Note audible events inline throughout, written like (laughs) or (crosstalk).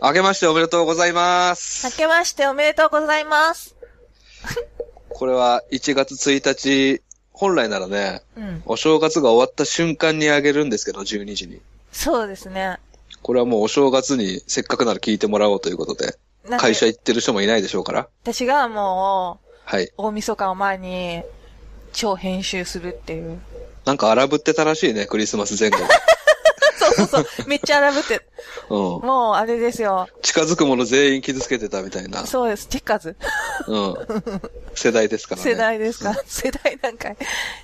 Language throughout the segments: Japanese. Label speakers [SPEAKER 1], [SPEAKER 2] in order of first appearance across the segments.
[SPEAKER 1] 明けましておめでとうございます。
[SPEAKER 2] 明けましておめでとうございます。
[SPEAKER 1] これは1月1日、本来ならね、
[SPEAKER 2] うん。
[SPEAKER 1] お正月が終わった瞬間にあげるんですけど、12時に。
[SPEAKER 2] そうですね。
[SPEAKER 1] これはもうお正月にせっかくなら聞いてもらおうということで、
[SPEAKER 2] なんで
[SPEAKER 1] 会社行ってる人もいないでしょうから。
[SPEAKER 2] 私がも
[SPEAKER 1] はい。
[SPEAKER 2] う、大晦日を前に、超編集するっていう。
[SPEAKER 1] なんか荒ぶってたらしいね、クリスマス前後。
[SPEAKER 2] (laughs) そうそうそう。めっちゃ荒ぶって。 (laughs)
[SPEAKER 1] うん。
[SPEAKER 2] もう、あれですよ。
[SPEAKER 1] 近づくもの全員傷つけてたみたいな。
[SPEAKER 2] そうです。チェッカーズ。
[SPEAKER 1] うん。世代ですからね。
[SPEAKER 2] 世代ですか世代なんかい。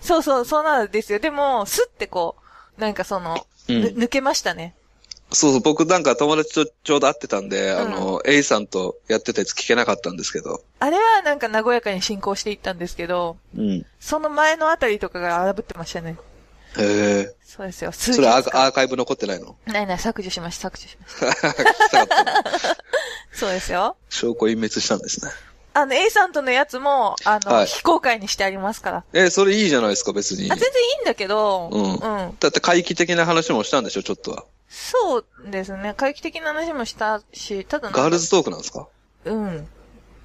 [SPEAKER 2] そうそう、そうなんですよ。でも、スってこう、なんかその、
[SPEAKER 1] うん
[SPEAKER 2] ぬ抜けましたね。
[SPEAKER 1] そうそう、僕なんか友達とちょうど会ってたんで、
[SPEAKER 2] ん
[SPEAKER 1] あの、A さんとやってたやつ聞けなかったんですけど。
[SPEAKER 2] あれはなんか和やかに進行していったんですけど、
[SPEAKER 1] うん。
[SPEAKER 2] その前のあたりとかが荒ぶってましたね。
[SPEAKER 1] へえ。
[SPEAKER 2] そうですよ。
[SPEAKER 1] (laughs)
[SPEAKER 2] 数
[SPEAKER 1] それア
[SPEAKER 2] 日
[SPEAKER 1] ーカ
[SPEAKER 2] 間
[SPEAKER 1] アーカイブ残ってないの (laughs)
[SPEAKER 2] ないない、削除しました、削除しまし
[SPEAKER 1] 聞きたかった。
[SPEAKER 2] た。そうですよ。
[SPEAKER 1] 証拠隠滅したんですね。
[SPEAKER 2] あの、A さんとのやつも、あの、
[SPEAKER 1] はい
[SPEAKER 2] 非公開にしてありますから。あ、
[SPEAKER 1] え、それいいじゃないですか、別に。
[SPEAKER 2] 全然いいんだけど、
[SPEAKER 1] うん
[SPEAKER 2] うん。
[SPEAKER 1] だって回帰的な話もしたんでしょ、ちょっとは。
[SPEAKER 2] そうですね。回帰的な話もしたし、ただなんか
[SPEAKER 1] ガールズトークなんですか
[SPEAKER 2] うん。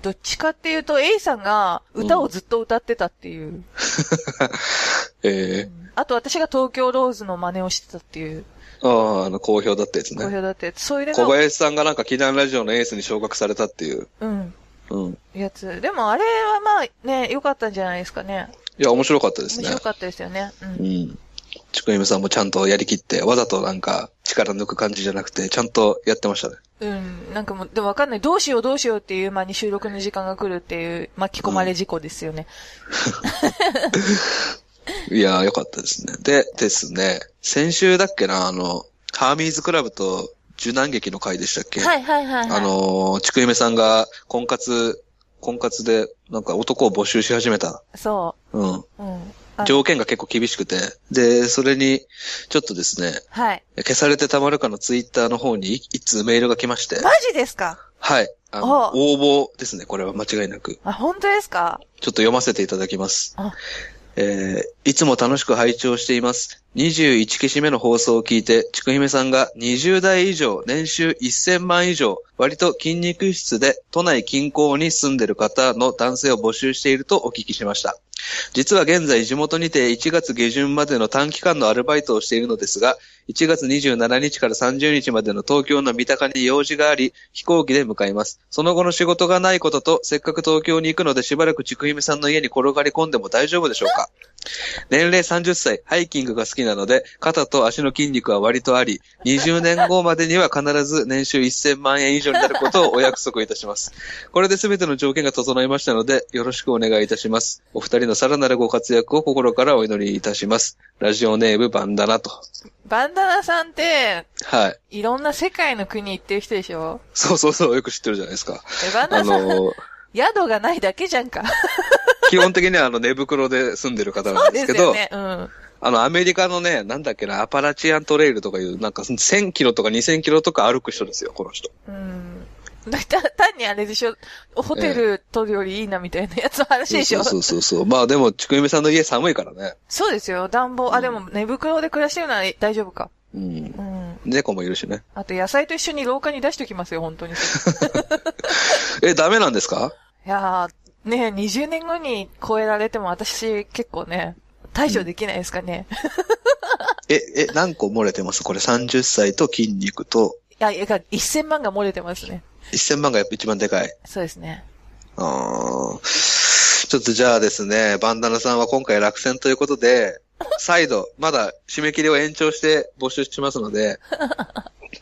[SPEAKER 2] どっちかっていうと、A さんが歌をずっと歌ってたっていう。
[SPEAKER 1] ええ
[SPEAKER 2] あと私が東京ローズの真似をしてたっていう、
[SPEAKER 1] ああ、あの、好評だったやつ
[SPEAKER 2] 好
[SPEAKER 1] ね。
[SPEAKER 2] 評だって、それで
[SPEAKER 1] 小
[SPEAKER 2] の、
[SPEAKER 1] 林さんがなんか、祈願ラジオのエースに昇格されたっていう。
[SPEAKER 2] うん、
[SPEAKER 1] うん。
[SPEAKER 2] やつ。でもあれはまあね、良かったんじゃないですかね。
[SPEAKER 1] いや、面白かったです
[SPEAKER 2] 面
[SPEAKER 1] ね
[SPEAKER 2] 白。かったですよね。う。
[SPEAKER 1] うんん。ちくゆめさんもちゃんとやりきって、わざとなんか、力抜く感じじゃなくて、ちゃんとやってましたね。
[SPEAKER 2] うん。なんかもう、でもわかんない。どうしようどうしようっていう間に収録の時間が来るっていう巻き込まれ事故ですよね。
[SPEAKER 1] いやー、よかったですね。で、ですね、先週だっけな、あの、ハーミーズクラブと受難劇の回でしたっけ
[SPEAKER 2] はいはいはい、はい。
[SPEAKER 1] あのー、ちくゆめさんが婚活、婚活でなんか男を募集し始めた。
[SPEAKER 2] そ
[SPEAKER 1] うん。
[SPEAKER 2] う。うん。あ
[SPEAKER 1] 条件が結構厳しくて。で、それに、ちょっとですね、
[SPEAKER 2] はい。
[SPEAKER 1] 消されてたまるかのツイッターの方にい一通メールが来まして。
[SPEAKER 2] マジですか
[SPEAKER 1] はい。あの、
[SPEAKER 2] お
[SPEAKER 1] 応募ですね、これは間違いなく。
[SPEAKER 2] あ、本当ですか
[SPEAKER 1] ちょっと読ませていただきます
[SPEAKER 2] あ。
[SPEAKER 1] えーいつも楽しく拝聴しています。21消し目の放送を聞いて、ちくひめさんが20代以上、年収1000万以上、割と筋肉質で都内近郊に住んでる方の男性を募集しているとお聞きしました。実は現在地元にて1月下旬までの短期間のアルバイトをしているのですが、1月27日から30日までの東京の三鷹に用事があり、飛行機で向かいます。その後の仕事がないことと、せっかく東京に行くのでしばらくちくひめさんの家に転がり込んでも大丈夫でしょうか年齢30歳、ハイキングが好きなので、肩と足の筋肉は割とあり、20年後までには必ず年収1000万円以上になることをお約束いたします。これで全ての条件が整いましたので、よろしくお願いいたします。お二人のさらなるご活躍を心からお祈りいたします。ラジオネームバンダナと。
[SPEAKER 2] バンダナさんって、
[SPEAKER 1] はい。
[SPEAKER 2] いろんな世界の国行ってる人でしょ
[SPEAKER 1] そうそうそう、よく知ってるじゃないですか。
[SPEAKER 2] え、バン
[SPEAKER 1] あ
[SPEAKER 2] ダナさん、
[SPEAKER 1] の、
[SPEAKER 2] 宿がないだけじゃんか。
[SPEAKER 1] 基本的にはあの寝袋で住んでる方
[SPEAKER 2] そ
[SPEAKER 1] な
[SPEAKER 2] うん
[SPEAKER 1] で
[SPEAKER 2] ですす
[SPEAKER 1] け
[SPEAKER 2] よ
[SPEAKER 1] ど、
[SPEAKER 2] ね。うん。
[SPEAKER 1] あのアメリカのね、なんだっけな、アパラチアントレイルとかいう、なんか1000キロとか2000キロとか歩く人ですよ、この人。
[SPEAKER 2] うん。だた単にあれでしょホテル取るよりいいなみたいなやつの話でしょ、
[SPEAKER 1] そ
[SPEAKER 2] そう
[SPEAKER 1] うそうそう。まあでも、ちくゆめさんの家寒いからね。
[SPEAKER 2] ですよ。暖房、あ、でも寝袋で暮らしてるなら大丈夫か。
[SPEAKER 1] うん。
[SPEAKER 2] うん。
[SPEAKER 1] 猫もいるしね。
[SPEAKER 2] あと野菜と一緒に廊下に出しておきますよ、本当に。い
[SPEAKER 1] え、ダメなんですか
[SPEAKER 2] やー、ねえ20年後に超えられても私結構ね、対処できないですかね。
[SPEAKER 1] え、え、何個漏れてますこれ30歳と筋肉と、
[SPEAKER 2] いや、いや、1000万が漏れてますね。
[SPEAKER 1] 1000万がやっぱ一番でかい。
[SPEAKER 2] そうですね。
[SPEAKER 1] あーちょっとじゃあですね、バンダナさんは今回落選ということで、再度、まだ締め切りを延長して募集しますの
[SPEAKER 2] (laughs)
[SPEAKER 1] で、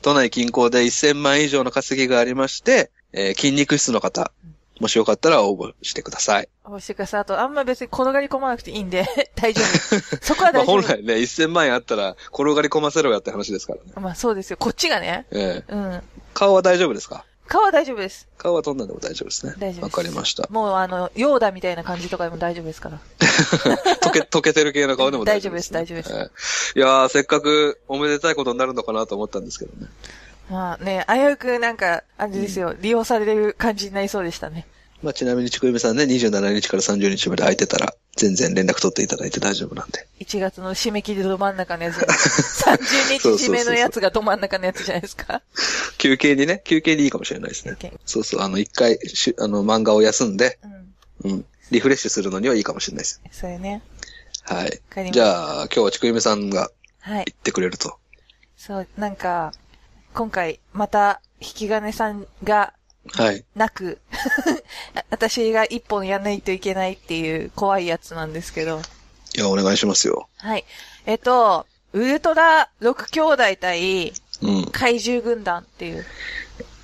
[SPEAKER 1] 都内近郊で1000万以上の稼ぎがありまして、えー筋肉質の方、もしよかったら応募してください。
[SPEAKER 2] 押してください。あと、あんま別に転がり込まなくていいんで、 (laughs) 大丈
[SPEAKER 1] (laughs)
[SPEAKER 2] 夫。そこは
[SPEAKER 1] まあ
[SPEAKER 2] 大丈
[SPEAKER 1] 本
[SPEAKER 2] 夫。
[SPEAKER 1] 来ね、1000万円あったら転がり込ませろやって話ですからね。
[SPEAKER 2] まあそうですよ。こっちがね。
[SPEAKER 1] ええ
[SPEAKER 2] うん。
[SPEAKER 1] 顔は大丈夫ですか
[SPEAKER 2] 顔は大丈夫です。
[SPEAKER 1] 顔はどんなでも大丈夫ですね。
[SPEAKER 2] 大丈夫です
[SPEAKER 1] わかりました。
[SPEAKER 2] もうあの、ヨーダみたいな感じとかでも大丈夫ですから。
[SPEAKER 1] 溶け、溶けてる系の顔でも大丈夫です、
[SPEAKER 2] 大丈夫です大丈
[SPEAKER 1] 夫です。いやー、せっかくおめでたいことになるのかなと思ったんですけどね。
[SPEAKER 2] まあね、危うくなんか、あれですよ、利用される感じになりそうでしたね。
[SPEAKER 1] まあ、ちなみにちくゆめさんね、27日から30日まで空いてたら、全然連絡取っていただいて大丈夫なんで。
[SPEAKER 2] 1月の締め切りど真ん中のやつじゃない。30日締めのやつがど真ん中のやつじゃないですか。
[SPEAKER 1] 休憩にね、休憩にいいかもしれないですね。
[SPEAKER 2] OK
[SPEAKER 1] そうそう、あの、一回し、あの、漫画を休んで、
[SPEAKER 2] うん。
[SPEAKER 1] うん、リフレッシュするのにはいいかもしれないです。
[SPEAKER 2] それね。
[SPEAKER 1] はい。
[SPEAKER 2] わかりまし
[SPEAKER 1] じ
[SPEAKER 2] た
[SPEAKER 1] ゃあ、今日はちくゆめさんが
[SPEAKER 2] はい。
[SPEAKER 1] 言ってくれると。
[SPEAKER 2] そう、なんか、今回、また、引き金さんが
[SPEAKER 1] はい。
[SPEAKER 2] なく、 (laughs) あ私が一本やらないといけないっていう怖いやつなんですけど。
[SPEAKER 1] いや、お願いしますよ。
[SPEAKER 2] はい。えっと、ウルトラ6兄弟対
[SPEAKER 1] うん。
[SPEAKER 2] 怪獣軍団っていう。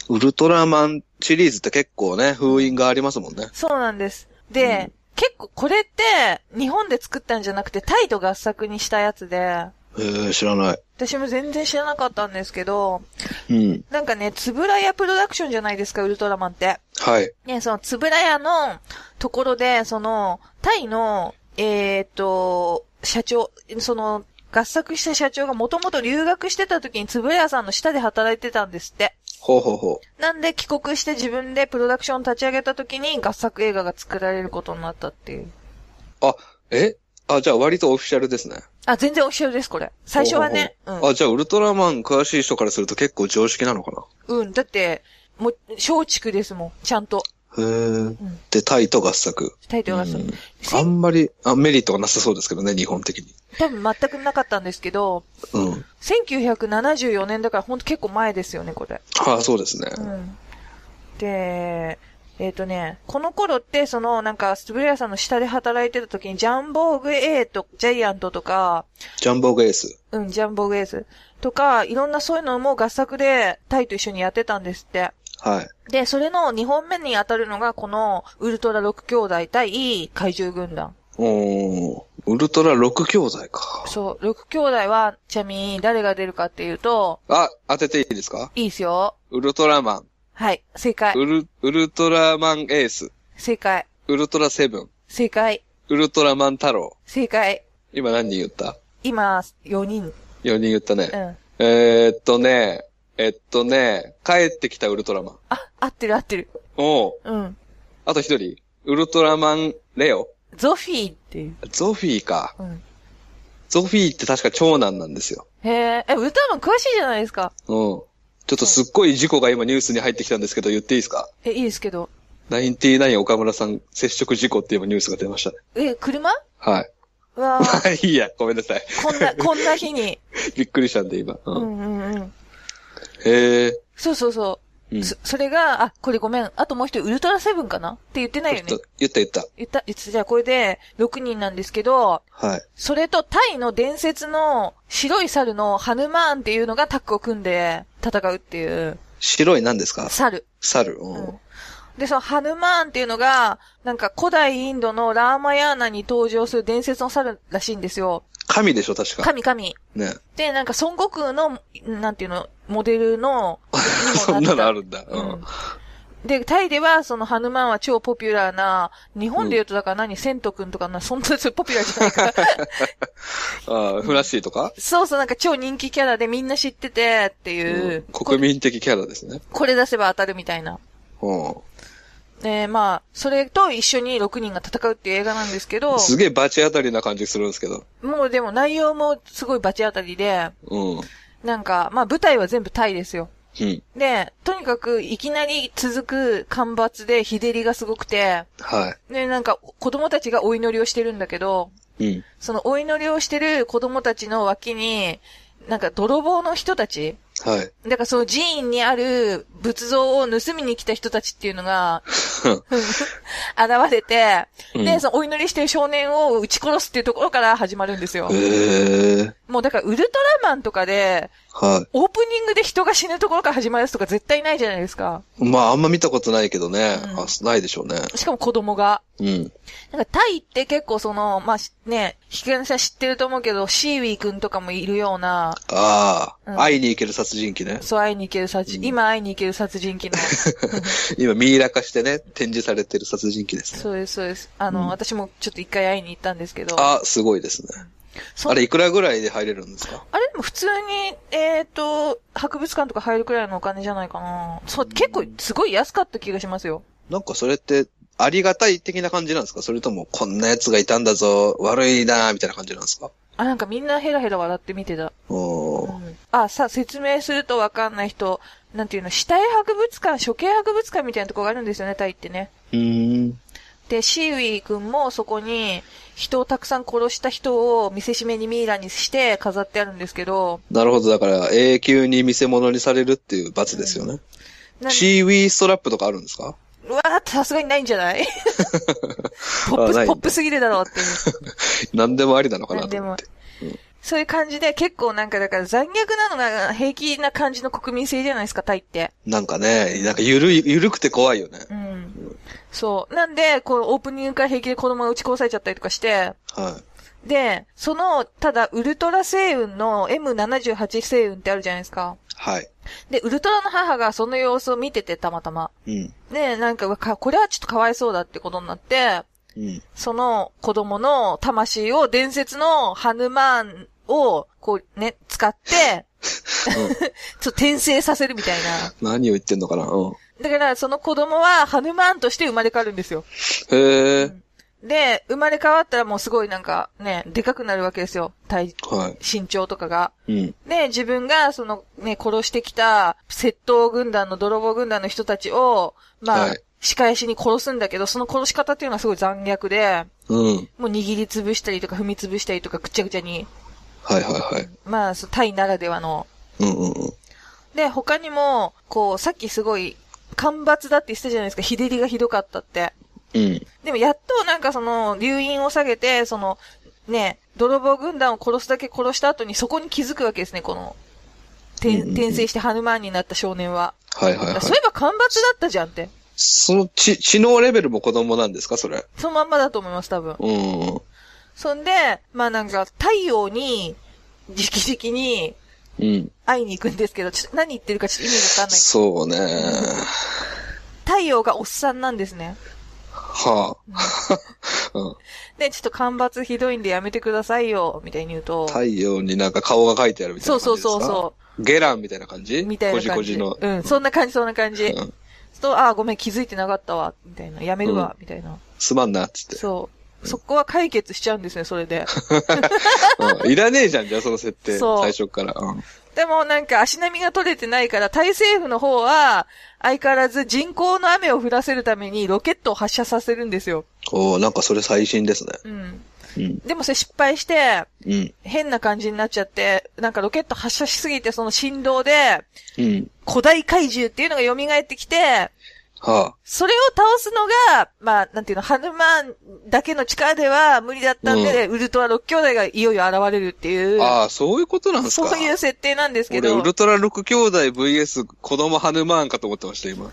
[SPEAKER 1] ウルトラマンシリーズって結構ね、封印がありますもんね。
[SPEAKER 2] そうなんです。で、
[SPEAKER 1] うん
[SPEAKER 2] 結構これって、日本で作ったんじゃなくて、タイと合作にしたやつで、
[SPEAKER 1] えー、知らない。
[SPEAKER 2] 私も全然知らなかったんですけど、
[SPEAKER 1] うん。
[SPEAKER 2] なんかね、つぶらやプロダクションじゃないですか、ウルトラマンって。
[SPEAKER 1] はい。
[SPEAKER 2] ね、その、つぶらやのところで、その、タイの、えーっと、社長、その、合作した社長がもともと留学してた時につぶらやさんの下で働いてたんですって。
[SPEAKER 1] ほうほうほ
[SPEAKER 2] なんで帰国して自分でプロダクション立ち上げた時に合作映画が作られることになったっていう。
[SPEAKER 1] う。あ、えあ、じゃあ割とオフィシャルですね。
[SPEAKER 2] あ、全然オフィシャルです、これ。最初はね。
[SPEAKER 1] ほうほう
[SPEAKER 2] う
[SPEAKER 1] ほうあ、じゃあウルトラマン詳しい人からすると結構常識なのかな。
[SPEAKER 2] ん。うん。だって、もう、松竹ですもん。ちゃんと。
[SPEAKER 1] へー。で、タイと合作。
[SPEAKER 2] タイトルがそう
[SPEAKER 1] うん。
[SPEAKER 2] せ
[SPEAKER 1] あ
[SPEAKER 2] ん
[SPEAKER 1] んまりあ、メリットがなさそうですけどね、日本的に。
[SPEAKER 2] 多分全くなかったんですけど、
[SPEAKER 1] うん。
[SPEAKER 2] 1974年だからほんと結構前ですよね、これ。
[SPEAKER 1] あそうですね。
[SPEAKER 2] うん。で、えっ、とね、この頃って、その、なんか、スブレアさんの下で働いてた時に、ジャンボーグ A と、ジャイアントとか、
[SPEAKER 1] ジャンボーグエース。
[SPEAKER 2] うん、ジャンボーグ A スとか、いろんなそういうのも合作で、タイと一緒にやってたんですって。
[SPEAKER 1] はい。
[SPEAKER 2] で、それの2本目に当たるのが、この、ウルトラ6兄弟対怪獣軍団。
[SPEAKER 1] おー、ウルトラ6兄弟か。
[SPEAKER 2] そう、6兄弟は、ちなみに誰が出るかっていうと、
[SPEAKER 1] あ、当てていいですか
[SPEAKER 2] いいですよ。
[SPEAKER 1] ウルトラマン。
[SPEAKER 2] はい、正解。
[SPEAKER 1] ウル、ウルトラマンエース。
[SPEAKER 2] 正解。
[SPEAKER 1] ウルトラセブン。
[SPEAKER 2] 正解。
[SPEAKER 1] ウルトラマン太郎。
[SPEAKER 2] 正解。
[SPEAKER 1] 今何人言った
[SPEAKER 2] 今、4人。
[SPEAKER 1] ?4 人言ったね
[SPEAKER 2] う。ん。
[SPEAKER 1] えー、っとね、えっとね、帰ってきたウルトラマン。
[SPEAKER 2] あ、合ってる合ってる。
[SPEAKER 1] おう
[SPEAKER 2] うん。
[SPEAKER 1] あと一人。ウルトラマンレオ。
[SPEAKER 2] ゾフィーっていう。
[SPEAKER 1] ゾフィーか。
[SPEAKER 2] うん。
[SPEAKER 1] ゾフィーって確か長男なんですよ。
[SPEAKER 2] へえ、え、ウルトラマン詳しいじゃないですか。
[SPEAKER 1] うん。ちょっとすっごい事故が今ニュースに入ってきたんですけど言っていいですか
[SPEAKER 2] え、いいですけど。
[SPEAKER 1] ナインティナイン岡村さん接触事故って今ニュースが出ましたね。
[SPEAKER 2] え、車
[SPEAKER 1] はい。
[SPEAKER 2] うわ
[SPEAKER 1] (laughs) ま
[SPEAKER 2] ー
[SPEAKER 1] あいいや、ごめんなさい。
[SPEAKER 2] こんな、こんな日に。
[SPEAKER 1] びっくりしたんで今。
[SPEAKER 2] う
[SPEAKER 1] うん。
[SPEAKER 2] んうんうん。
[SPEAKER 1] へえ。
[SPEAKER 2] そうそうそうう。
[SPEAKER 1] ん
[SPEAKER 2] そ、それが、あ、これごめん。あともう一人、ウルトラセブンかなって言ってないよね
[SPEAKER 1] ちょっ。と言った言った。
[SPEAKER 2] 言った、言ってたじゃあこれで6人なんですけど、
[SPEAKER 1] はい。
[SPEAKER 2] それとタイの伝説の白い猿のハヌマーンっていうのがタッグを組んで戦うっていう
[SPEAKER 1] 白い何ですか
[SPEAKER 2] 猿。
[SPEAKER 1] 猿。うん。
[SPEAKER 2] で、そのハヌマーンっていうのが、なんか古代インドのラーマヤーナに登場する伝説の猿らしいんですよ。
[SPEAKER 1] 神でしょ、確か。
[SPEAKER 2] 神神。
[SPEAKER 1] ね。
[SPEAKER 2] で、なんか孫悟空の、なんていうの、モデルの、
[SPEAKER 1] (laughs) そんなのあるんだ。う
[SPEAKER 2] うん
[SPEAKER 1] ん。
[SPEAKER 2] で、タイでは、そのハヌマーンは超ポピュラーな、日本で言うとだから何、セント君とかな、そんなやつポピュラーじゃないから。
[SPEAKER 1] ああ、フラッシーとか
[SPEAKER 2] そうそう、なんか超人気キャラでみんな知っててっていう、
[SPEAKER 1] 国民的キャラですね。
[SPEAKER 2] これ出せば当たるみたいな。
[SPEAKER 1] うん。
[SPEAKER 2] えー、まあ、それと一緒に6人が戦うっていう映画なんですけど、
[SPEAKER 1] すげえ罰当たりな感じするんですけど。
[SPEAKER 2] もうでも内容もすごいバチ当たりで、
[SPEAKER 1] うん。
[SPEAKER 2] なんか、まあ舞台は全部タイですよ。
[SPEAKER 1] うん。
[SPEAKER 2] で、とにかくいきなり続く干ばつで日照りがすごくて、
[SPEAKER 1] は
[SPEAKER 2] で、なんか子供たちがお祈りをしてるんだけど、
[SPEAKER 1] い。うん。
[SPEAKER 2] そのお祈りをしてる子供たちの脇に、なんか泥棒の人たち
[SPEAKER 1] はい。 (laughs)
[SPEAKER 2] だからその寺院にある仏像を盗みに来た人たちっていう
[SPEAKER 1] (laughs)
[SPEAKER 2] のが、現れて、
[SPEAKER 1] う
[SPEAKER 2] で、
[SPEAKER 1] ん
[SPEAKER 2] そのお祈りしてる少年を撃ち殺すっていうところから始まるんですよ。
[SPEAKER 1] へえ。
[SPEAKER 2] もうだからウルトラマンとかで、
[SPEAKER 1] は
[SPEAKER 2] オープニングで人が死ぬところから始まるやつとか絶対ないじゃないですか。
[SPEAKER 1] い。まあ、あんま見たことないけどね。
[SPEAKER 2] うん
[SPEAKER 1] あ、ないでしょうね。
[SPEAKER 2] しかも子供が。
[SPEAKER 1] うん。
[SPEAKER 2] なんかタイって結構その、まあ、しね、引き金さん知ってると思うけど、シーウィー君とかもいるような、
[SPEAKER 1] ああ、
[SPEAKER 2] うん
[SPEAKER 1] 会いに行ける殺人鬼ね。 (laughs)
[SPEAKER 2] そう会いに行ける殺人、
[SPEAKER 1] うん
[SPEAKER 2] 今会いに行ける殺人
[SPEAKER 1] (laughs)
[SPEAKER 2] 鬼の。
[SPEAKER 1] 今、ミイラ化してね、展示されてる殺人鬼ですね。
[SPEAKER 2] そうです、そうです。あの、
[SPEAKER 1] うん
[SPEAKER 2] 私もちょっと一回会いに行ったんですけど。
[SPEAKER 1] あ、すごいですね。
[SPEAKER 2] そ
[SPEAKER 1] あれ、いくらぐらいで入れるんですか
[SPEAKER 2] あれでも普通に、えっ、と、博物館とか入るくらいのお金じゃないかな。そう、結構、すごい安かった気がしますよ。
[SPEAKER 1] なんかそれって、ありがたい的な感じなんですかそれとも、こんな奴がいたんだぞ、悪いなみたいな感じなんですか
[SPEAKER 2] あ、なんかみんなヘラヘラ笑って見てた。
[SPEAKER 1] お
[SPEAKER 2] う
[SPEAKER 1] ー
[SPEAKER 2] んあ、さ、説明するとわかんない人。なんていうの、死体博物館、処刑博物館みたいなとこがあるんですよね、タイってね。
[SPEAKER 1] うーん。
[SPEAKER 2] で、シーウィー君もそこに、人をたくさん殺した人を見せしめにミイラにして飾ってあるんですけど、
[SPEAKER 1] なるほど。だから、永久に見せ物にされるっていう罰ですよね。
[SPEAKER 2] なん
[SPEAKER 1] シーウィーストラップとかあるんですか (laughs)
[SPEAKER 2] うわーさすがにないんじゃない (laughs) ポ
[SPEAKER 1] あな
[SPEAKER 2] ップ、
[SPEAKER 1] い
[SPEAKER 2] ポップすぎるだろうっていう。
[SPEAKER 1] 何でもありなのかな
[SPEAKER 2] なん
[SPEAKER 1] と
[SPEAKER 2] で
[SPEAKER 1] 思
[SPEAKER 2] も
[SPEAKER 1] って。。
[SPEAKER 2] そういう感じで、結構なんかだから残虐なのが平気な感じの国民性じゃないですか、タイって。
[SPEAKER 1] なんかね、なんかゆるい、ゆるくて怖いよね。
[SPEAKER 2] うん。そう。なんで、こう、オープニングから平気で子供が撃ち殺されちゃったりとかして、
[SPEAKER 1] は
[SPEAKER 2] で、その、ただ、ウルトラ星雲の M78 星雲ってあるじゃないですか。
[SPEAKER 1] い。はい。
[SPEAKER 2] で、ウルトラの母がその様子を見てて、たまたま。
[SPEAKER 1] うん。
[SPEAKER 2] で、なんか、うわかこれはちょっとかわいそうだってことになって、
[SPEAKER 1] うん。
[SPEAKER 2] (laughs) その子供の魂を伝説のハヌマーンを、こうね、使って、ちょっと転生させるみたいな。
[SPEAKER 1] 何を言ってんのかなうん。
[SPEAKER 2] だから、その子供はハヌマーンとして生まれ変わるんですよ。
[SPEAKER 1] へえ。
[SPEAKER 2] で、生まれ変わったらもうすごいなんかね、でかくなるわけですよ。体、
[SPEAKER 1] は
[SPEAKER 2] 身長とかが。
[SPEAKER 1] い。うん。
[SPEAKER 2] で、自分が、そのね、殺してきた、窃盗軍団の泥棒軍団の人たちを、まあ、
[SPEAKER 1] はい
[SPEAKER 2] 仕返しに殺すんだけど、その殺し方っていうのはすごい残虐で、
[SPEAKER 1] うん。
[SPEAKER 2] もう握りつぶしたりとか踏みつぶしたりとかぐちゃぐちゃに、
[SPEAKER 1] はいはいはい。
[SPEAKER 2] まあ、そうタイならではの。
[SPEAKER 1] うんうんうん。
[SPEAKER 2] で、他にも、こう、さっきすごい、干ばつだって言ってたじゃないですか、日照りがひどかったって。
[SPEAKER 1] うん。
[SPEAKER 2] でもやっとなんかその、留飲を下げて、その、ね、泥棒軍団を殺すだけ殺した後にそこに気づくわけですね、この、
[SPEAKER 1] うん
[SPEAKER 2] 転
[SPEAKER 1] うんうん
[SPEAKER 2] 転生してハヌマーンになった少年は。
[SPEAKER 1] はいはいはい。
[SPEAKER 2] そういえば干ばつだったじゃんって。
[SPEAKER 1] その知、知能レベルも子供なんですかそれ。
[SPEAKER 2] そのまんまだと思います、多分。
[SPEAKER 1] うんうん。
[SPEAKER 2] そんで、まあなんか、太陽に、直々に
[SPEAKER 1] うん。
[SPEAKER 2] 会いに行くんですけど、ちょっと何言ってるかちょっと意味わかんない。
[SPEAKER 1] そうね。
[SPEAKER 2] 太陽がおっさんなんですね。
[SPEAKER 1] はあ。 (laughs) うん
[SPEAKER 2] で、ちょっと干ばつひどいんでやめてくださいよ、みたいに言うと。
[SPEAKER 1] 太陽になんか顔が描いてあるみたい
[SPEAKER 2] そ
[SPEAKER 1] な
[SPEAKER 2] うそ
[SPEAKER 1] 感
[SPEAKER 2] う
[SPEAKER 1] じですか。。
[SPEAKER 2] そうそう
[SPEAKER 1] ゲランみたいな感じ
[SPEAKER 2] う。みたいな感
[SPEAKER 1] こ
[SPEAKER 2] じ。
[SPEAKER 1] じこじ
[SPEAKER 2] う
[SPEAKER 1] の。
[SPEAKER 2] ん、そんな感じ、そんな感じ。
[SPEAKER 1] うん
[SPEAKER 2] と、ああ、ごめん、気づいてなかったわ、みたいな。やめるわ、みたいな。
[SPEAKER 1] すまんな、つって。
[SPEAKER 2] そう。そこは解決しちゃうんですね、そ
[SPEAKER 1] (laughs)
[SPEAKER 2] れで。
[SPEAKER 1] うんいらねえじゃん、じゃあその設定。
[SPEAKER 2] (laughs) そう
[SPEAKER 1] 最初から。うん
[SPEAKER 2] でもなんか足並みが取れてないから、タイ政府の方は、相変わらず人工の雨を降らせるためにロケットを発射させるんですよ。
[SPEAKER 1] おーなんかそれ最新ですね。
[SPEAKER 2] うん。
[SPEAKER 1] うん。
[SPEAKER 2] でもそれ失敗して、
[SPEAKER 1] うん。
[SPEAKER 2] 変な感じになっちゃって、なんかロケット発射しすぎて、その振動で、
[SPEAKER 1] うん。
[SPEAKER 2] 古代怪獣っていうのが蘇ってきて、
[SPEAKER 1] は
[SPEAKER 2] それを倒すのが、まあ、なんていうの、ハヌマンだけの力では無理だったんで、ウルトラ6兄弟がいよいよ現れるっていう、
[SPEAKER 1] あ。ああ、そういうことなんですか
[SPEAKER 2] そういう設定なんですけ
[SPEAKER 1] 俺、ウ
[SPEAKER 2] ど
[SPEAKER 1] ル、トラ6兄弟 VS 子供ハヌマーンかと思ってました、今。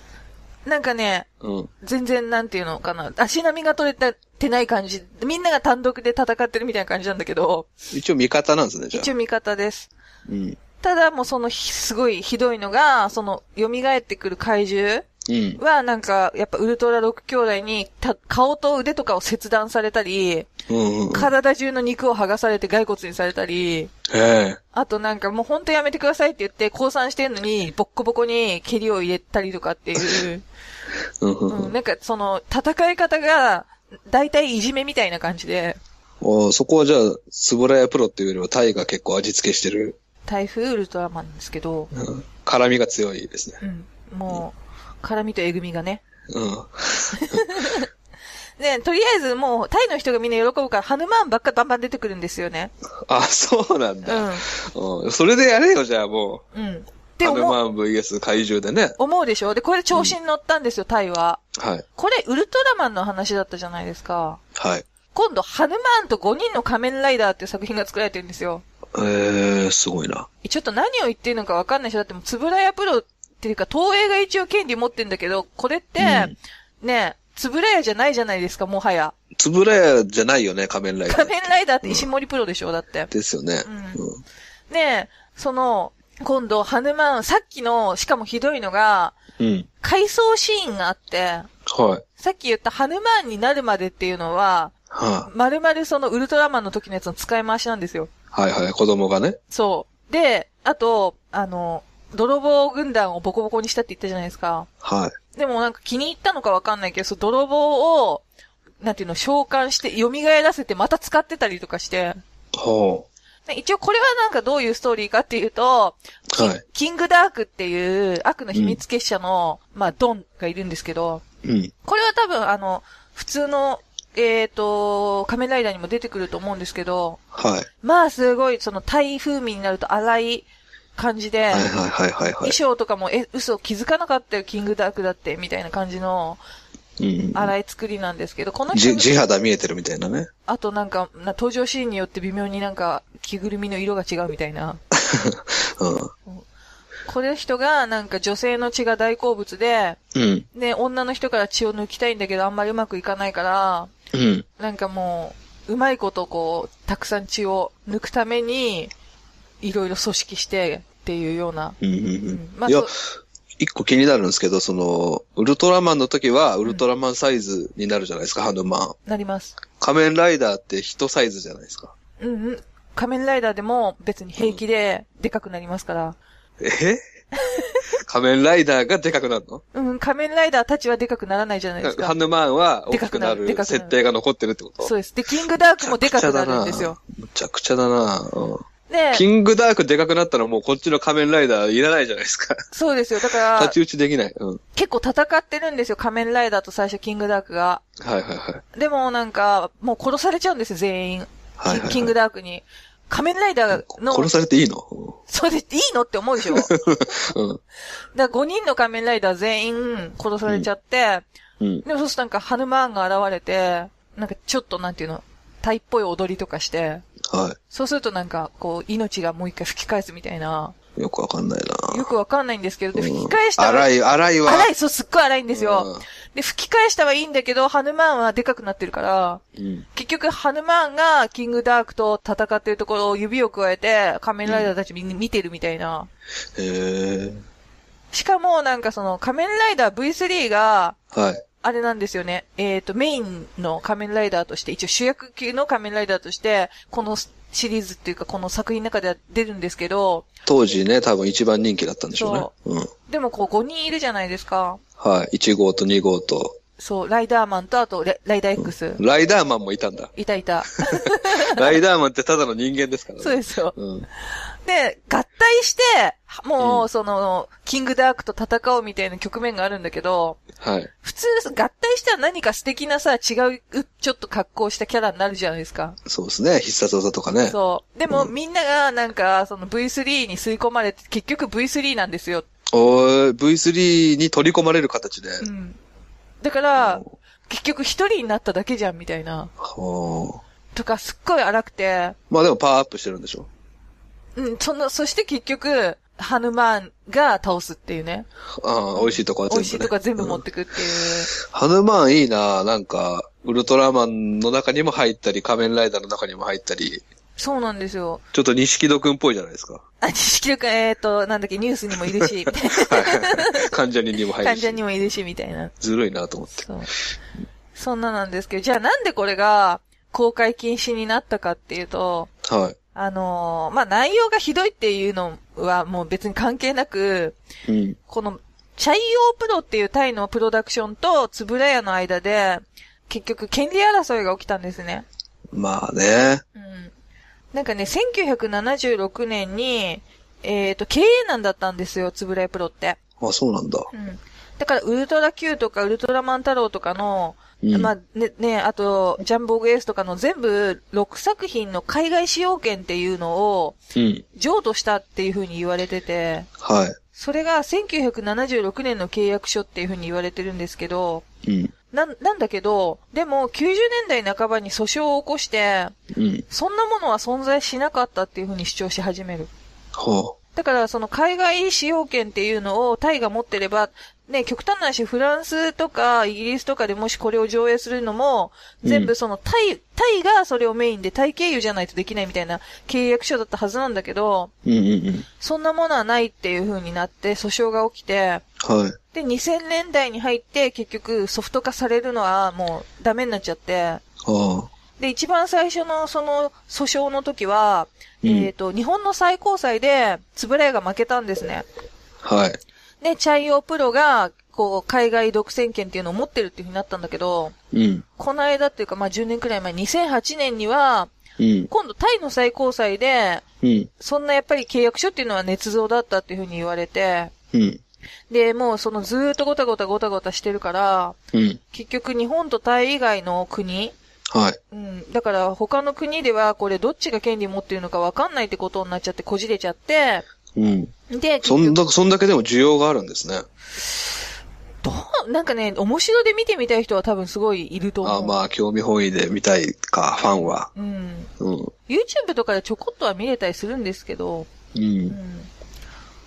[SPEAKER 2] なんかね、
[SPEAKER 1] うん。
[SPEAKER 2] 全然なんていうのかな、足並みが取れてない感じ、みんなが単独で戦ってるみたいな感じなんだけど、
[SPEAKER 1] 一応味方なんですね、じゃ
[SPEAKER 2] 一応味方です。
[SPEAKER 1] あ。うん。
[SPEAKER 2] ただもうそのひ、すごいひどいのが、その、蘇ってくる怪獣
[SPEAKER 1] うん。
[SPEAKER 2] は、なんか、やっぱウルトラ6兄弟に、た顔と腕とかを切断されたり、
[SPEAKER 1] うんうんうん。
[SPEAKER 2] 体中の肉を剥がされて骸骨にされたり、
[SPEAKER 1] ええ。
[SPEAKER 2] あとなんかもうほんとやめてくださいって言って、降参してんのに、ボッコボコに蹴りを入れたりとかっていう、
[SPEAKER 1] うんうん
[SPEAKER 2] う、
[SPEAKER 1] うんん。
[SPEAKER 2] なんかその、戦い方が、大体いじめみたいな感じで、
[SPEAKER 1] おーそこはじゃあ、スボラヤプロっていうよりはタイが結構味付けしてる。
[SPEAKER 2] 台風ウルトラマンですけど、
[SPEAKER 1] うん。絡みが強いですね。
[SPEAKER 2] うん、もう、絡みとえぐみがね。
[SPEAKER 1] うん。
[SPEAKER 2] で、とりあえずもう、タイの人がみんな喜ぶから、ハヌマーンばっかバンバン出てくるんですよね。
[SPEAKER 1] あ、そうなん
[SPEAKER 2] う
[SPEAKER 1] だ。
[SPEAKER 2] ん、
[SPEAKER 1] うん。それでやれよ、じゃあも
[SPEAKER 2] うん。っ
[SPEAKER 1] う。
[SPEAKER 2] て
[SPEAKER 1] ハヌ
[SPEAKER 2] 思う、
[SPEAKER 1] マーン VS 怪獣でね。
[SPEAKER 2] 思うでしょで、これ調子に乗ったんですよ、タイは。
[SPEAKER 1] はい。
[SPEAKER 2] これ、ウルトラマンの話だったじゃないですか。
[SPEAKER 1] はい。
[SPEAKER 2] 今度、ハヌマーンと5人の仮面ライダーっていう作品が作られてるんですよ。
[SPEAKER 1] ええ、すごいな。
[SPEAKER 2] ちょっと何を言ってるのかわかんない人だってもう、つぶらやプロっていうか、東映が一応権利持ってんだけど、これって、ね、つぶらやじゃないじゃないですか、もはや。
[SPEAKER 1] つぶらやじゃないよね、仮面ライダー。
[SPEAKER 2] 仮面ライダーって石森プロでしょ、だって。
[SPEAKER 1] ですよね。
[SPEAKER 2] う
[SPEAKER 1] うん。
[SPEAKER 2] ねその、今度、ハヌマーン、さっきの、しかもひどいのが、
[SPEAKER 1] うん。
[SPEAKER 2] 回想シーンがあって、
[SPEAKER 1] はい。
[SPEAKER 2] さっき言ったハヌマーンになるまでっていうのは、
[SPEAKER 1] は
[SPEAKER 2] まるまるそのウルトラマンの時のやつの使い回しなんですよ。
[SPEAKER 1] い。はいはい。子供がね。
[SPEAKER 2] そう。で、あと、あの、泥棒軍団をボコボコにしたって言ったじゃないですか。
[SPEAKER 1] はい。
[SPEAKER 2] でもなんか気に入ったのかわかんないけど、その泥棒を、なんていうの、召喚して、蘇らせてまた使ってたりとかして、
[SPEAKER 1] ほ
[SPEAKER 2] で一応これはなんかどういうストーリーかっていうと、キン
[SPEAKER 1] はい
[SPEAKER 2] キングダークっていう悪の秘密結社の、まあ、ドンがいるんですけど、
[SPEAKER 1] うん。
[SPEAKER 2] これは多分あの、普通の、えっ、と、仮面ライダーにも出てくると思うんですけど、
[SPEAKER 1] はい。
[SPEAKER 2] まあすごい、その台風味になると荒い感じで、
[SPEAKER 1] はいはいはいはいは
[SPEAKER 2] 衣装とかも、え、嘘気づかなかったよ、キングダークだって、みたいな感じの
[SPEAKER 1] い。うん。
[SPEAKER 2] 荒い作りなんですけど、この
[SPEAKER 1] じ、
[SPEAKER 2] 人の、
[SPEAKER 1] 地肌見えてるみたいなね。
[SPEAKER 2] あとなんか、な登場シーンによって微妙になんか、着ぐるみの色が違うみたいな。
[SPEAKER 1] う
[SPEAKER 2] この人が、なんか女性の血が大好物で、
[SPEAKER 1] ん。うん。
[SPEAKER 2] で、女の人から血を抜きたいんだけど、あんまりうまくいかないから、
[SPEAKER 1] うん。
[SPEAKER 2] なんかもう、うまいことこう、たくさん血を抜くために、いろいろ組織して、っていうような。
[SPEAKER 1] うんうん
[SPEAKER 2] う
[SPEAKER 1] うん
[SPEAKER 2] ん。まあ、
[SPEAKER 1] いや
[SPEAKER 2] そう、
[SPEAKER 1] 一個気になるんですけど、その、ウルトラマンの時は、ウルトラマンサイズになるじゃないですか、ハヌマン。
[SPEAKER 2] なります。
[SPEAKER 1] 仮面ライダーって人サイズじゃないですか。
[SPEAKER 2] うんうん。仮面ライダーでも別に平気ででかくなりますから。
[SPEAKER 1] え仮面ライダーがでかくなるの
[SPEAKER 2] うん、仮面ライダーたちはでかくならないじゃないです
[SPEAKER 1] ハ
[SPEAKER 2] か。
[SPEAKER 1] ヌマンは大
[SPEAKER 2] で
[SPEAKER 1] き
[SPEAKER 2] か
[SPEAKER 1] く
[SPEAKER 2] く
[SPEAKER 1] な
[SPEAKER 2] なるで
[SPEAKER 1] る
[SPEAKER 2] かくなる
[SPEAKER 1] 設定が残ってるってこと
[SPEAKER 2] そうです。で、キングダークもでかくなるんですよ。
[SPEAKER 1] むちゃくちゃだなうん
[SPEAKER 2] で、
[SPEAKER 1] キングダークでかくなったらもうこっちの仮面ライダーいらないじゃないですか。
[SPEAKER 2] そうですよ。だか
[SPEAKER 1] 立
[SPEAKER 2] ら、
[SPEAKER 1] ち打ちできない。うん。
[SPEAKER 2] 結構戦ってるんですよ。仮面ライダーと最初キングダークが。
[SPEAKER 1] はいはいはい。
[SPEAKER 2] でもなんか、もう殺されちゃうんですよ、全員。
[SPEAKER 1] はいはいはい
[SPEAKER 2] キングダークに。仮面ライダーの、
[SPEAKER 1] 殺されていいの
[SPEAKER 2] そうです。いいのって思うでしょだか
[SPEAKER 1] うん。
[SPEAKER 2] ら5人の仮面ライダー全員殺されちゃって、
[SPEAKER 1] うん。
[SPEAKER 2] でもそうするとなんか、ハヌマーンが現れて、なんかちょっとなんていうの、タイっぽい踊りとかして、
[SPEAKER 1] は
[SPEAKER 2] そうするとなんか、こう、命がもう一回吹き返すみたいな、
[SPEAKER 1] い。よくわかんないな
[SPEAKER 2] よくわかんないんですけど、で、
[SPEAKER 1] うん
[SPEAKER 2] 吹き返した
[SPEAKER 1] 荒
[SPEAKER 2] い。
[SPEAKER 1] い、荒いわ。
[SPEAKER 2] 荒
[SPEAKER 1] い
[SPEAKER 2] い、そう、すっごい荒いんですよ。。で、吹き返したはいいんだけど、ハヌマーンはでかくなってるから、
[SPEAKER 1] うん。
[SPEAKER 2] 結局、ハヌマーンがキングダークと戦ってるところを指を加えて、仮面ライダーたちみんな見てるみたいな。
[SPEAKER 1] へえ。
[SPEAKER 2] しかも、なんかその、仮面ライダー V3 が、
[SPEAKER 1] はい。
[SPEAKER 2] あれなんですよね。えっ、と、メインの仮面ライダーとして、一応主役級の仮面ライダーとして、このシリーズっていうか、この作品の中では出るんですけど、当
[SPEAKER 1] 当時ね、多分一番人気だったんでしょうね。うん。
[SPEAKER 2] でもこう5人いるじゃないですか。
[SPEAKER 1] はい。1号と2号と。
[SPEAKER 2] そう、ライダーマンと、あとレライダー X。。
[SPEAKER 1] ライダーマンもいたんだ
[SPEAKER 2] (laughs) いたいた。
[SPEAKER 1] ライダーマンってただの人間ですからね。
[SPEAKER 2] そうですよ。
[SPEAKER 1] うん。
[SPEAKER 2] で、合体して、も
[SPEAKER 1] う
[SPEAKER 2] う、その、キングダークと戦おうみたいな局面があるんだけど、
[SPEAKER 1] はい。
[SPEAKER 2] 普通、合体したら何か素敵なさ、違う、ちょっと格好したキャラになるじゃないですか。
[SPEAKER 1] そうですね。必殺技とかね。
[SPEAKER 2] そう。でも、
[SPEAKER 1] うん
[SPEAKER 2] みんなが、なんか、その V3 に吸い込まれて、結局 V3 なんですよ。
[SPEAKER 1] おー V3 に取り込まれる形で。
[SPEAKER 2] うん。だから
[SPEAKER 1] お、
[SPEAKER 2] 結局一人になっただけじゃん、みたいな。
[SPEAKER 1] ほー
[SPEAKER 2] とか、すっごい荒くて、
[SPEAKER 1] まあでもパワーアップしてるんでしょ。
[SPEAKER 2] うん、その、そして結局、ハヌマーンが倒すっていうね。
[SPEAKER 1] ああ、美味しいとこは全部、ね。
[SPEAKER 2] 美味しいとか全部持
[SPEAKER 1] うん
[SPEAKER 2] ってくっていう。
[SPEAKER 1] ハヌマンいいななんか、ウルトラマンの中にも入ったり、仮面ライダーの中にも入ったり、
[SPEAKER 2] そうなんですよ。
[SPEAKER 1] ちょっと錦戸くんっぽいじゃないですか。
[SPEAKER 2] あ、知識力、えっ、と、なんだっけ、ニュースにもい
[SPEAKER 1] (laughs)
[SPEAKER 2] るし、
[SPEAKER 1] はいはいはい。患者人にも入る
[SPEAKER 2] 患
[SPEAKER 1] し。
[SPEAKER 2] 者にもいるし、みたいな。
[SPEAKER 1] ずるいなと思って。
[SPEAKER 2] そう。そんななんですけど、じゃあなんでこれが公開禁止になったかっていうと、
[SPEAKER 1] は
[SPEAKER 2] あのーまあ、内容がひどいっていうのはもう別に関係なく、
[SPEAKER 1] い。うん。
[SPEAKER 2] この、チャイオープロっていうタイのプロダクションとつぶらやの間で、結局権利争いが起きたんですね。
[SPEAKER 1] まあね。
[SPEAKER 2] うん。なんかね、1976年に、えっ、と、経営難だったんですよ、つぶらやプロって。
[SPEAKER 1] あ、そうなんだ。
[SPEAKER 2] うん。だから、ウルトラ Q とか、ウルトラマン太郎とかの、
[SPEAKER 1] うん
[SPEAKER 2] まあ、ね、ね、あと、ジャンボーグエースとかの全部、6作品の海外使用権っていうのを、
[SPEAKER 1] うん。
[SPEAKER 2] 譲渡したっていうふうに言われてて、
[SPEAKER 1] は
[SPEAKER 2] それが1976年の契約書っていうふうに言われてるんですけど、
[SPEAKER 1] い。うん。
[SPEAKER 2] なん、なんだけど、でも90年代半ばに訴訟を起こして、
[SPEAKER 1] うん。
[SPEAKER 2] そんなものは存在しなかったっていうふうに主張し始める。
[SPEAKER 1] は
[SPEAKER 2] だから、その海外使用権っていうのをタイが持ってれば、ね、極端な話、フランスとかイギリスとかでもしこれを上映するのも、全
[SPEAKER 1] う
[SPEAKER 2] 部そのタイ、タイがそれをメインでタイ経由じゃないとできないみたいな契約書だったはずなんだけ
[SPEAKER 1] あ。
[SPEAKER 2] ど、
[SPEAKER 1] うんうんうん。
[SPEAKER 2] そんなものはないっていう風になって訴訟が起きて、
[SPEAKER 1] はい。
[SPEAKER 2] で、2000年代に入って結局ソフト化されるのはもうダメになっちゃって、
[SPEAKER 1] あ
[SPEAKER 2] で、一番最初のその訴訟の時は、
[SPEAKER 1] うん
[SPEAKER 2] えっ、と、日本の最高裁で、つぶらやが負けたんですね。
[SPEAKER 1] あ。はい。
[SPEAKER 2] で、チャイオプロが、こう、海外独占権っていうのを持ってるっていう風になったんだけど、
[SPEAKER 1] うん。
[SPEAKER 2] この間っていうか、まあ、10年くらい前、2008年には、
[SPEAKER 1] うん。
[SPEAKER 2] 今度タイの最高裁で、
[SPEAKER 1] うん。
[SPEAKER 2] そんなやっぱり契約書っていうのは捏造だったっていうふうに言われて、
[SPEAKER 1] うん。
[SPEAKER 2] で、もうそのずーっとごたごたごたごたしてるから、
[SPEAKER 1] うん。
[SPEAKER 2] 結局日本とタイ以外の国、
[SPEAKER 1] はい。
[SPEAKER 2] うん、だから他の国ではこれどっちが権利持ってるのかわかんないってことになっちゃってこじれちゃって、
[SPEAKER 1] うん。
[SPEAKER 2] で、
[SPEAKER 1] そんだ、そんだけでも需要があるんですね。
[SPEAKER 2] どう、なんかね、面白で見てみたい人は多分すごいいると思う。
[SPEAKER 1] あまあ、興味本位で見たいか、ファンは。
[SPEAKER 2] うん。
[SPEAKER 1] うん。
[SPEAKER 2] YouTube とかでちょこっとは見れたりするんですけど、
[SPEAKER 1] う。
[SPEAKER 2] うんん。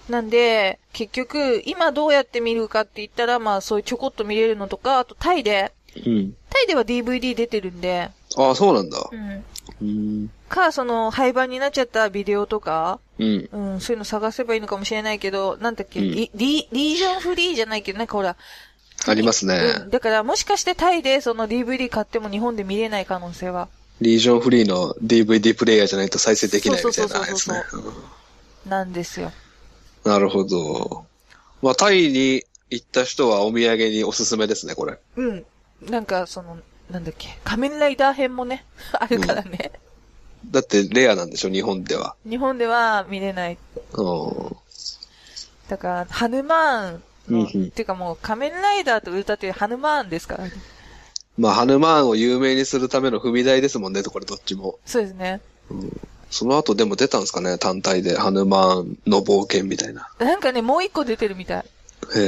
[SPEAKER 2] なんで、結局、今どうやって見るかって言ったら、まあそういうちょこっと見れるのとか、あとタイで、
[SPEAKER 1] うん。
[SPEAKER 2] タイでは DVD 出てるんで、
[SPEAKER 1] ああ、そうなんだ。
[SPEAKER 2] うん。
[SPEAKER 1] うん。
[SPEAKER 2] か、その、廃盤になっちゃったビデオとか、
[SPEAKER 1] うん。
[SPEAKER 2] うん、そういうの探せばいいのかもしれないけど、なんだっけ、
[SPEAKER 1] うん
[SPEAKER 2] リリリージョンフリーじゃないけど、なんかほら、
[SPEAKER 1] ありますね。
[SPEAKER 2] うん、だからもしかしてタイでその DVD 買っても日本で見れない可能性は。
[SPEAKER 1] リージョンフリーの DVD プレイヤーじゃないと再生できないみたいな
[SPEAKER 2] そう
[SPEAKER 1] や
[SPEAKER 2] そう
[SPEAKER 1] つ
[SPEAKER 2] そうそう
[SPEAKER 1] ね。
[SPEAKER 2] なんですよ。
[SPEAKER 1] うんなるほど。まあ、タイに行った人はお土産におすすめですね、これ。
[SPEAKER 2] うん。なんか、その、なんだっけ、仮面ライダー編もね、 (laughs) あるからね。
[SPEAKER 1] だってレアなんでしょ、日本では。
[SPEAKER 2] 日本では見れない。
[SPEAKER 1] うん。
[SPEAKER 2] だから、ハヌマーンの、
[SPEAKER 1] うんうん
[SPEAKER 2] っていうかもう仮面ライダーと歌ってるハヌマーンですから、ね。
[SPEAKER 1] まあ、ハヌマーンを有名にするための踏み台ですもんね、これどっちも。
[SPEAKER 2] そうですね。
[SPEAKER 1] その後でも出たんですかね、単体で。ハヌマーンの冒険みたいな。
[SPEAKER 2] なんかね、もう一個出てるみたい。
[SPEAKER 1] へえ。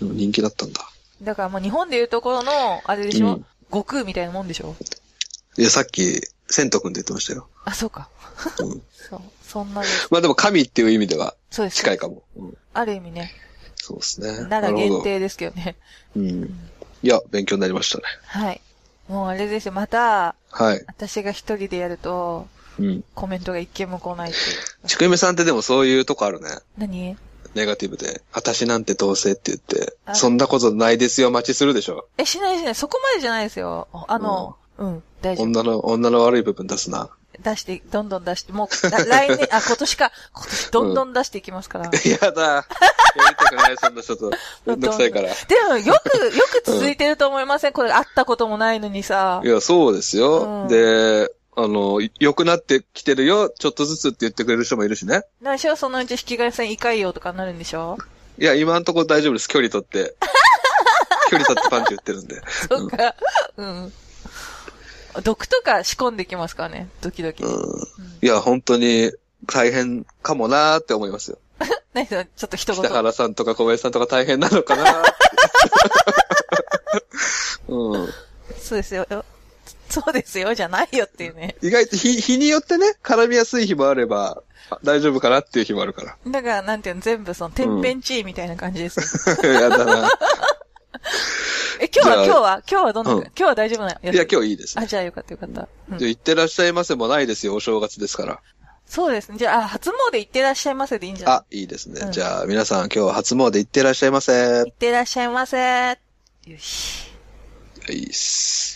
[SPEAKER 1] でも人気だったんだ。
[SPEAKER 2] だからもう日本でいうところの、あれでしょ、
[SPEAKER 1] うん
[SPEAKER 2] 悟空みたいなもんでしょ
[SPEAKER 1] いや、さっき、セント君って言ってましたよ。
[SPEAKER 2] あ、そうか。
[SPEAKER 1] うん
[SPEAKER 2] (laughs) そう。そんなです。
[SPEAKER 1] まあでも神っていう意味では
[SPEAKER 2] そうです。
[SPEAKER 1] 近いかも。うん
[SPEAKER 2] ある意味ね。
[SPEAKER 1] そうですね。
[SPEAKER 2] 奈
[SPEAKER 1] な
[SPEAKER 2] 良
[SPEAKER 1] るほ
[SPEAKER 2] 限
[SPEAKER 1] ど
[SPEAKER 2] 定ですけどね。 (laughs)
[SPEAKER 1] うん。いや、勉強になりましたね。
[SPEAKER 2] はい。もうあれですよ。また、
[SPEAKER 1] はい。
[SPEAKER 2] 私が一人でやると、
[SPEAKER 1] うん。
[SPEAKER 2] コメントが一件も来ないっていう。
[SPEAKER 1] ちくゆめさんってでもそういうとこあるね。
[SPEAKER 2] 何
[SPEAKER 1] ネガティブで。私なんてどうせって言って、
[SPEAKER 2] あ
[SPEAKER 1] そんなことないですよ、待ちするでしょ。
[SPEAKER 2] え、しないしない。そこまでじゃないですよ。あの、うん、大丈夫。
[SPEAKER 1] 女の、女の悪い部分出すな。 (laughs)
[SPEAKER 2] 出して、どんどん出して、もう、ら (laughs) 来年、あ、今年か。今年、どんどん出していきますから。で
[SPEAKER 1] やだ。やりたくない、そんなちょっ
[SPEAKER 2] (laughs)
[SPEAKER 1] と。めんどくさいから。
[SPEAKER 2] も、よく、よく続いてると思いません、これ、会ったこともないのにさ
[SPEAKER 1] い。や、そうですよ。
[SPEAKER 2] うん
[SPEAKER 1] で、あの、良くなってきてるよ、ちょっとずつって言ってくれる人もいるしね。
[SPEAKER 2] 何しろそのうち引き金線、いかいよとかなるんでしょ
[SPEAKER 1] いや、今んとこ大丈夫です。距離取
[SPEAKER 2] (laughs)
[SPEAKER 1] って。距離取ってパンチ打ってるんで。
[SPEAKER 2] そうか。うん。毒とか仕込んできますからね、ドキドキ。
[SPEAKER 1] うん。いや、本当に大変かもなーって思いますよ。
[SPEAKER 2] 何それちょっと一
[SPEAKER 1] 北
[SPEAKER 2] 言。
[SPEAKER 1] 原さんとか小林さんとか大変なのかなーって (laughs) うん、
[SPEAKER 2] そうですよ。そうですよ、じゃないよっていうね。
[SPEAKER 1] 意外と日日によってね、絡みやすい日もあれば、あ大丈夫かなっていう日もあるか
[SPEAKER 2] だから、なんていうの、全部その、天変地異みたいな感じですよ。
[SPEAKER 1] ら。 (laughs) やだな。
[SPEAKER 2] え、今日
[SPEAKER 1] じゃ
[SPEAKER 2] は、
[SPEAKER 1] あ
[SPEAKER 2] 今日は、今日はどんな、
[SPEAKER 1] うん
[SPEAKER 2] 今日は大丈夫なの
[SPEAKER 1] いや、今日いいですね
[SPEAKER 2] あ、。じゃあよかったよかった。うん
[SPEAKER 1] じゃあ行ってらっしゃいませもないですよ、お正月ですから。
[SPEAKER 2] そうですね。じゃあ、あ初詣行ってらっしゃいませでいいんじゃない
[SPEAKER 1] あ、いいですね。
[SPEAKER 2] うん
[SPEAKER 1] じゃあ、皆さん今日は初詣行ってらっしゃいませ。
[SPEAKER 2] 行ってらっしゃいませ。よし。
[SPEAKER 1] いいっす。